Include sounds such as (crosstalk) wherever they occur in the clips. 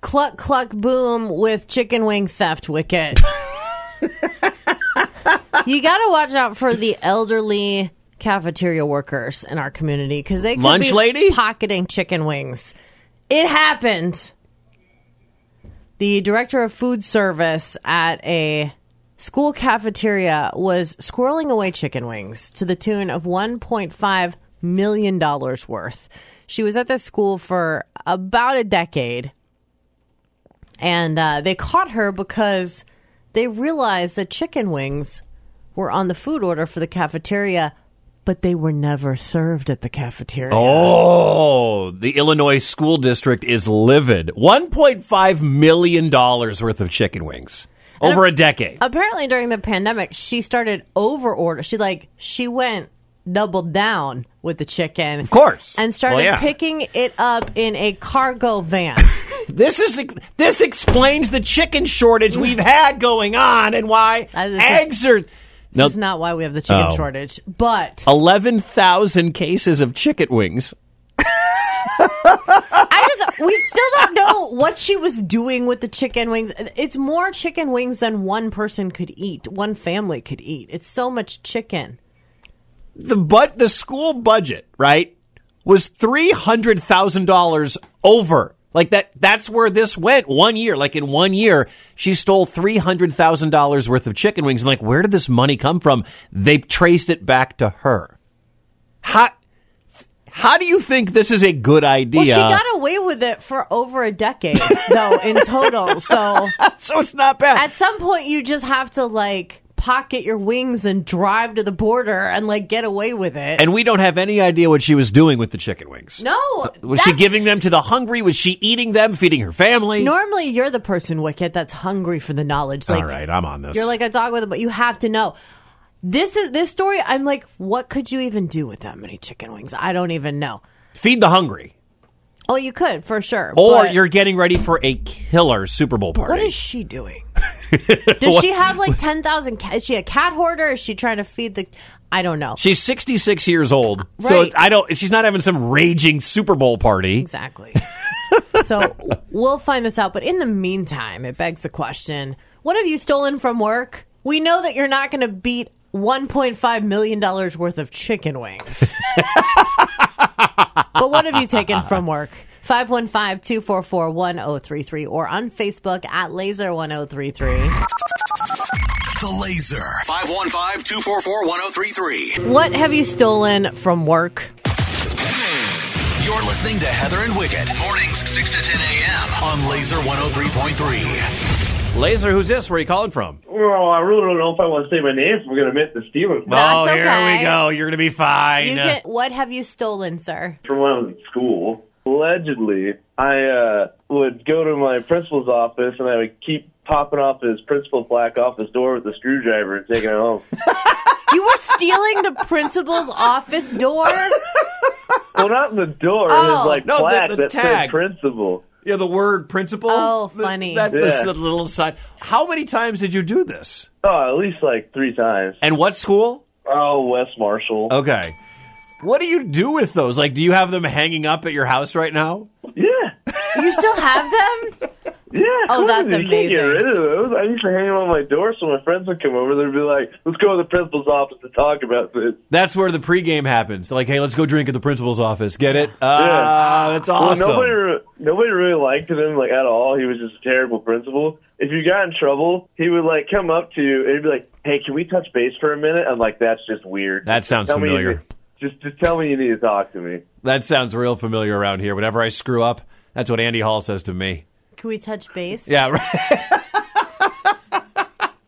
cluck cluck boom with chicken wing theft (laughs) wicket. you got to watch out for the elderly cafeteria workers in our community because they could Lunch be lady? pocketing chicken wings. It happened. The director of food service at a school cafeteria was squirreling away chicken wings to the tune of $1.5 million worth. She was at this school for about a decade, and uh, they caught her because they realized that chicken wings were on the food order for the cafeteria, but they were never served at the cafeteria. Oh, the Illinois school district is livid. $1.5 million worth of chicken wings over a decade. apparently during the pandemic she started over order she like she went doubled down with the chicken of course. and started Well, yeah. picking it up in a cargo (laughs) van This is this explains the chicken shortage we've had going on and why Uh, this eggs are now that's not why we have the chicken Oh. shortage but eleven thousand cases of chicken wings. i just we still don't know what she was doing with the chicken wings it's more chicken wings than one person could eat one family could eat it's so much chicken The but the school budget right was three hundred thousand dollars over. Like that that's where this went one year. Like in one year, she stole three hundred thousand dollars worth of chicken wings. And like, where did this money come from? They traced it back to her. How how do you think this is a good idea? well she got away with it for over a decade though in total so (laughs) so it's not bad. at some point you just have to like pocket your wings and drive to the border and like get away with it. And we don't have any idea what she was doing with the chicken wings. no, Was she that's- giving them to the hungry? Was she eating them, feeding her family? Normally, you're the person wicked that's hungry for the knowledge. Like All right, I'm on this. you're like a dog with a but you have to know. This is this story. I'm like, what could you even do with that many chicken wings? I don't even know. Feed the hungry. Oh, you could for sure. Or but you're getting ready for a killer Super Bowl party. What is she (laughs) doing? Does she have like ten thousand? Is she a cat hoarder? Is she trying to feed the? I don't know. she's 66 years old. So Right. it's- I don't she's not having some raging Super Bowl party. Exactly. so we'll find this out. But in the meantime, it begs the question what have you stolen from work? We know that you're not going to beat $1.5 million worth of chicken wings. (laughs) but what have you taken from work? 515 244 1033 or on Facebook at laser1033. The Laser. 515 244 1033. What have you stolen from work? You're listening to Heather and Wicket. Mornings, 6 to 10 a.m. on Laser 103.3. Laser, who's this? Where are you calling from? Well, I really don't know if I want to say my name. So I'm going to admit the Steelers oh, That's here okay. we go. You're going to be fine. You can, what have you stolen, sir? from when I was in school. Allegedly, I uh, would go to my principal's office and I would keep popping off his principal plaque off his door with a screwdriver and taking (laughs) it home. You were stealing the principal's office door? well, not the door, Oh. his like No, the- plaque the that tag. said principal. yeah, the word principal. Oh, The- funny. That, Yeah. this little side. How many times did you do this? Oh, at least like three times. And what school? Oh, Wes Marshall. Okay. What do you do with those? Like, do you have them hanging up at your house right now? Yeah, You still have them? yeah. Oh, of course, that's you can't get amazing. rid of those. I used to hang them on my door so my friends would come over. They'd be like, "Let's go to the principal's office to talk about this." That's where the pregame happens. They're like, hey, let's go drink at the principal's office. Get it? Ah, Yeah. that's awesome. Well, nobody, re- nobody really liked him like at all. He was just a terrible principal. If you got in trouble, he would like come up to you and he'd be like, "Hey, can we touch base for a minute?" I'm like, "That's just weird." That sounds Tell me you familiar. need- just just tell me you need to talk to me. that sounds real familiar around here. Whenever I screw up, that's what Andy Hall says to me. Can we touch base? Yeah, (laughs) right.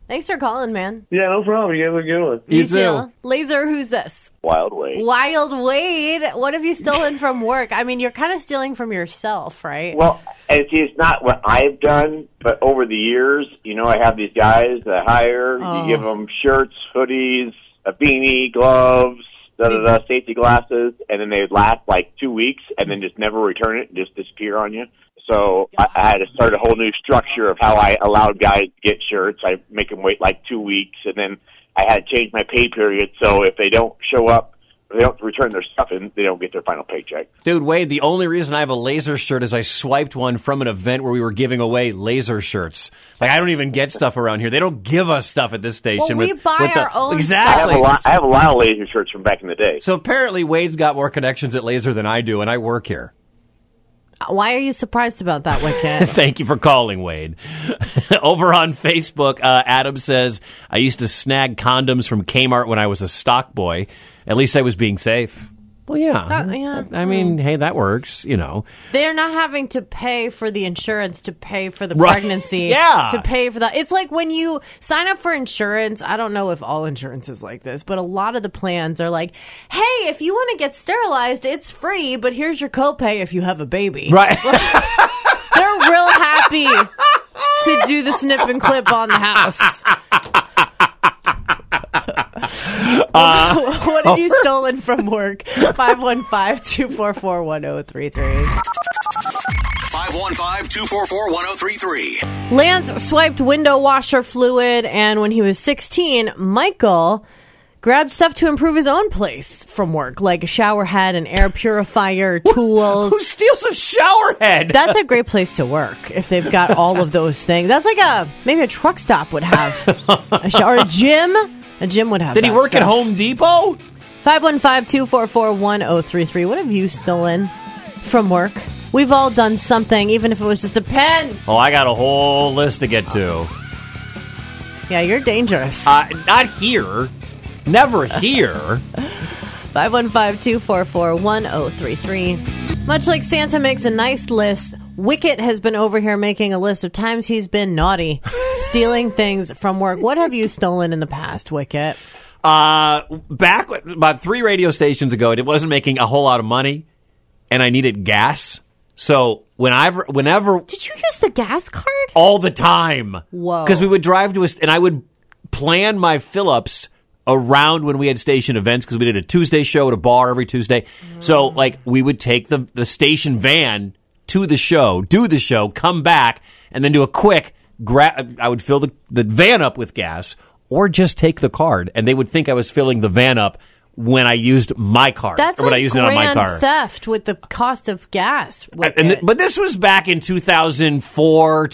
Thanks for calling, man. Yeah, no problem. You guys are good one. You Laser, who's this? Wild way. Wild Wade. What have you stolen from work? I mean, you're kind of stealing from yourself, right? Well, and see, it's not what I've done, but over the years, you know, I have these guys that I hire. Oh. You give them shirts, hoodies, a beanie, gloves, da da da, safety glasses, and then they last like two weeks, and then just never return it, and just disappear on you. So I, I had to start a whole new structure of how I allowed guys to get shirts. I make them wait like two weeks, and then I had to change my pay period. So if they don't show up If they don't return their stuff and they don't get their final paycheck. Dude, Wade, the only reason I have a laser shirt is I swiped one from an event where we were giving away laser shirts. Like, I don't even get stuff around here. They don't give us stuff at this station. Well, we with, buy with the- our own I have Exactly. a lot. I have a lot of laser shirts from back in the day. So apparently, Wade's got more connections at laser than I do, and I work here. Why are you surprised about that, (laughs) Wicket? Thank you for calling, Wade. (laughs) Over on Facebook, uh, Adam says, I used to snag condoms from Kmart when I was a stock boy. At least I was being safe. Well, yeah. That- yeah. I mean, hey, that works, (laughs) you know. They're not having to pay for the insurance to pay for the Right. pregnancy. (laughs) Yeah. To pay for that. It's like when you sign up for insurance. I don't know if all insurance is like this, but a lot of the plans are like, hey, if you want to get sterilized, it's free, but here's your copay if you have a baby. Right. They're real happy to do the snip and clip on the house. Uh, (laughs) what have you stolen from work? 515-244-1033. 515-244-1033. Lance swiped window washer fluid and when he was 16, Michael grabbed stuff to improve his own place from work, like a shower head, an air purifier, tools. (laughs) Who steals a shower head? That's a great place to work if they've got all of those things. That's like a maybe a truck stop would have a shower, a gym. A gym would have. Did he that work at stuff. Home Depot? 515-244-1033. What have you stolen from work? We've all done something, even if it was just a pen. Oh, I got a whole list to get to. Yeah, you're dangerous. Uh, not here. Never here. 515-244-1033. Much like Santa makes a nice list, Wicket has been over here making a list of times he's been naughty, stealing things from work. What have you stolen in the past, Wicket? Uh, back w- about three radio stations ago, it wasn't making a whole lot of money, and I needed gas. So whenever, whenever, Did you use the gas card? all the time. Whoa. Because we would drive to a, st- and I would plan my fill-ups around when we had station events because we did a Tuesday show at a bar every Tuesday. So Mm. like we would take the the station van to the show, do the show, come back, and then do a quick grab. I would fill the the van up with gas, or just take the card, and they would think I was filling the van up when I used my card That's or when like I used it grand on my car. theft with the cost of gas. Wicket. And th- but this was back in 2004,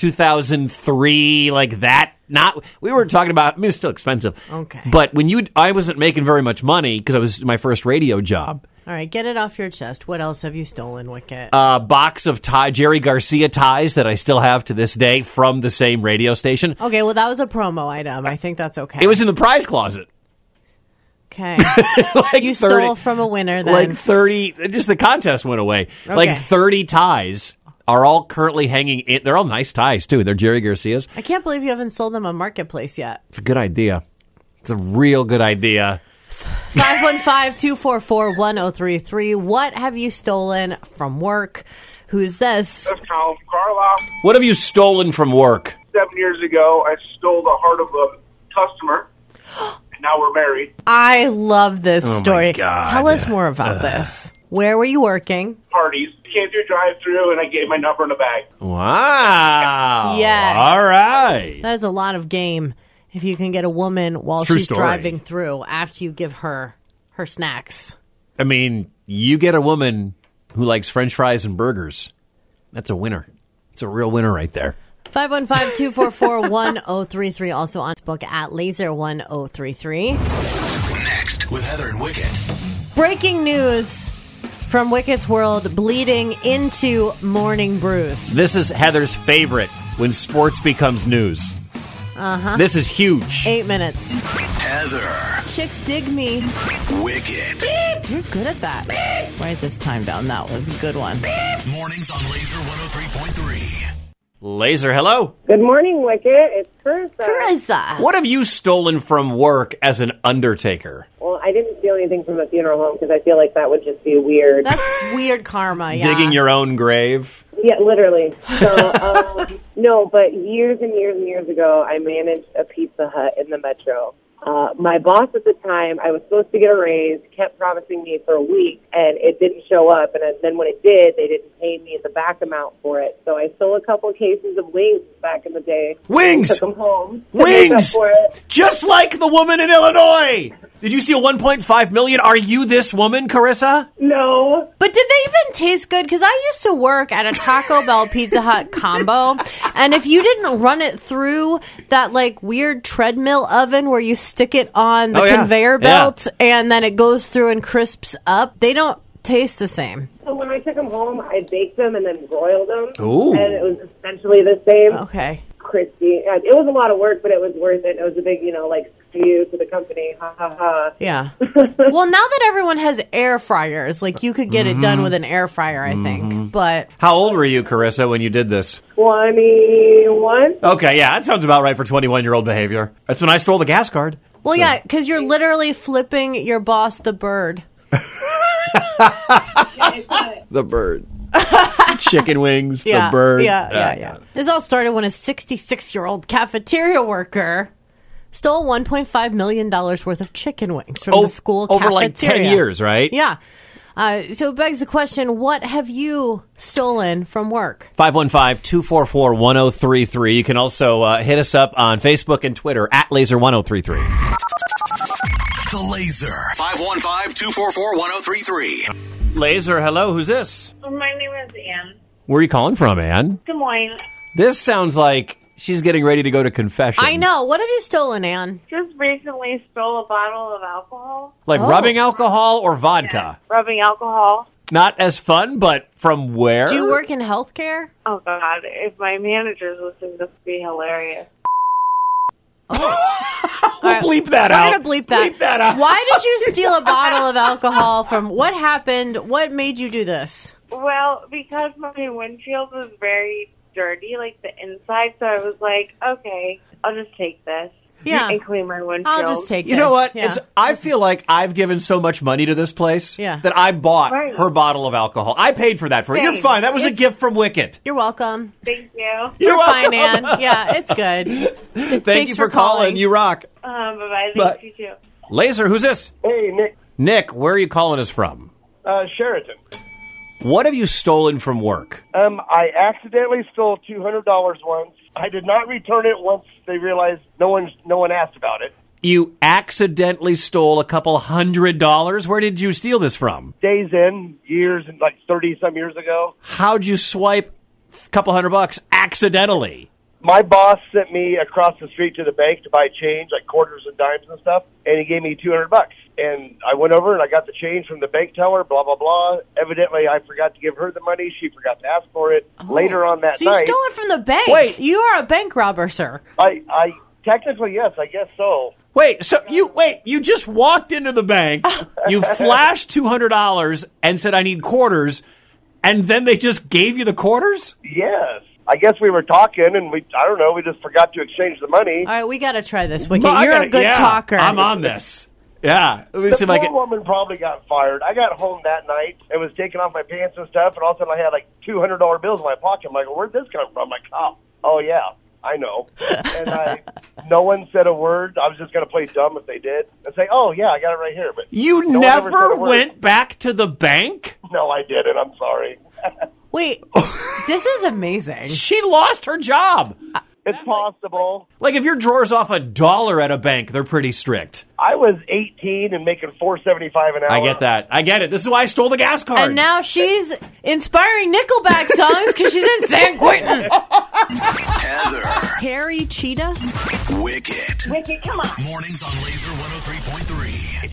2003, like that. Not we were talking about. I mean, it's still expensive. Okay. But when you, I wasn't making very much money because I was my first radio job. All right, get it off your chest. What else have you stolen, Wicket? A box of tie, Jerry Garcia ties that I still have to this day from the same radio station. okay, well that was a promo item. I think that's okay. It was in the prize closet. okay. (laughs) Like you 30 stole from a winner then. like thirty. Just the contest went away. Like Okay. thirty ties are all currently hanging. in They're all nice ties too. They're Jerry Garcia's. I can't believe you haven't sold them on marketplace yet. Good idea. It's a real good idea. 515-244-1033. What have you stolen from work? Who's this? That's Colin Carlisle. What have you stolen from work? Seven years ago, I stole the heart of a (gasps) customer, and now we're married. I love this Oh my story. God. Tell us more about this. Where were you working? Parties. Came through drive-through, and I gave my number in a bag. Wow. Yes. All right. That is a lot of game if you can get a woman while It's a true she's story. driving through after you give her her snacks. I mean, you get a woman who likes french fries and burgers. That's a winner. It's a real winner right there. 515-244-1033 also on book at laser1033. Next with Heather and Wicket. Breaking news from Wicket's World bleeding into Morning Bruce. This is Heather's favorite when sports becomes news. Uh-huh. This is huge. 8 minutes. Heather. Chicks dig me. Wicket. You're good at that. Right this time down. That was a good one. Mornings on Laser 103.3. Laser, hello. Good morning, Wicket. It's Carissa. Carissa. What have you stolen from work as an undertaker? Well, I didn't steal anything from a funeral home because I feel like that would just be weird. That's weird karma, yeah. Digging your own grave? yeah, literally. So, um, no, but years and years and years ago, I managed a Pizza Hut in the metro. Uh, my boss at the time, I was supposed to get a raise, kept promising me for a week, and it didn't show up. And then when it did, they didn't pay me the back amount for it. So I stole a couple cases of wings back in the day. Wings! Took them home. to make up Wings, for it. just like the woman in Illinois. Did you steal 1.5 million? Are you this woman, Carissa? No. But did they even taste good? Because I used to work at a Taco Bell Pizza Hut combo, and if you didn't run it through that like weird treadmill oven where you stick it on the Oh, yeah. conveyor Yeah. belt and then it goes through and crisps up, they don't taste the same. So when I took them home, I baked them and then broiled them. Ooh. And it was essentially the same. Okay. crispy. Uh, It was a lot of work, but it was worth it. It was a big, you know, like skew to the company. Ha ha ha. (laughs) Yeah. well, now that everyone has air fryers, like you could get it Mm-hmm. done with an air fryer, I think. But How old were you, Carissa, when you did this? Twenty-one. Okay, yeah, that sounds about right for 21 year old behavior. That's when I stole the gas card. well, yeah, because you're literally flipping your boss the bird. The bird. Chicken wings, Yeah, the bird. Ah, Yeah, yeah, yeah. This all started when a 66 year old cafeteria worker stole $1.5 million worth of chicken wings from Oh, the school over like 10 cafeteria. years, right? Yeah. Uh, so it begs the question what have you stolen from work? 515-244-1033. You can also uh, hit us up on Facebook and Twitter at laser1033. The Laser. 515-244-1033. Laser, hello, who's this? My name is Anne. Where are you calling from, Ann? Des Moines. This sounds like she's getting ready to go to confession. I know. What have you stolen, Anne? Just recently stole a bottle of alcohol, Like Oh. rubbing alcohol or vodka. rubbing alcohol. Not as fun, but from where? Do you work in healthcare? Oh God! If my manager's listening, this would be hilarious. We'll All right, bleep that We're out. gonna bleep that. Bleep that out. Why did (laughs) you steal a bottle of alcohol from? What happened? What made you do this? Well, because my windshield was very dirty, like the inside, so I was like, okay, I'll just take this. Yeah. and clean my windshield. I'll just take. You this. know what? Yeah. It's I feel like I've given so much money to this place Yeah. that I bought Right. her bottle of alcohol. I paid for that for it. You're Same. fine. That was a It's- gift from Wicket. You're welcome. Thank you. You're fine, Ann. Yeah, it's (laughs) good. Thank Thanks you for, for calling. calling. You rock. Um, bye bye. But- Thank you too. Laser, who's this? Hey, Nick. Nick, where are you calling us from? Uh, Sheraton. What have you stolen from work? Um, I accidentally stole two hundred dollars once. I did not return it once they realized no one no one asked about it. You accidentally stole a couple hundred dollars. Where did you steal this from? Days in, years, and like thirty some years ago, How'd you swipe a couple hundred bucks accidentally? my boss sent me across the street to the bank to buy change, like quarters and dimes and stuff, and he gave me two hundred bucks. And I went over and I got the change from the bank teller. Blah blah blah. Evidently, I forgot to give her the money. She forgot to ask for it. Later on that Oh. So you night, stole it from the bank. Wait. you are a bank robber, sir. I I technically yes, I guess so. Wait, so you wait, you just walked into the bank, (laughs) you flashed two hundred dollars and said I need quarters, and then they just gave you the quarters? Yes. I guess we were talking, and we—I don't know—we just forgot to exchange the money. All right, we got to try this, Wicket. Well, I You're gotta- a good yeah, talker. I'm on this. Yeah. Let me see if The I poor can woman probably got fired. I got home that night and was taking off my pants and stuff, and all of a sudden I had like two hundred dollar bills in my pocket. I'm like, "Where'd this come from?" I'm like, "Oh, oh yeah, I know." And I, no one said a word. I was just gonna play dumb if they did and say, "Oh yeah, I got it right here." But You no one ever said never a word. went back to the bank? No, I didn't. I'm sorry. (laughs) Wait, this is amazing. She lost her job. It's possible. Like if your drawer's off a dollar at a bank, they're pretty strict. I was 18 and making 4.75 an hour. I get that. I get it. This is why I stole the gas card. And now she's inspiring Nickelback songs because she's in San Quentin. Heather. Harry Cheetah. Wicket. Wicked, come on. oh Mornings on Laser 103.3.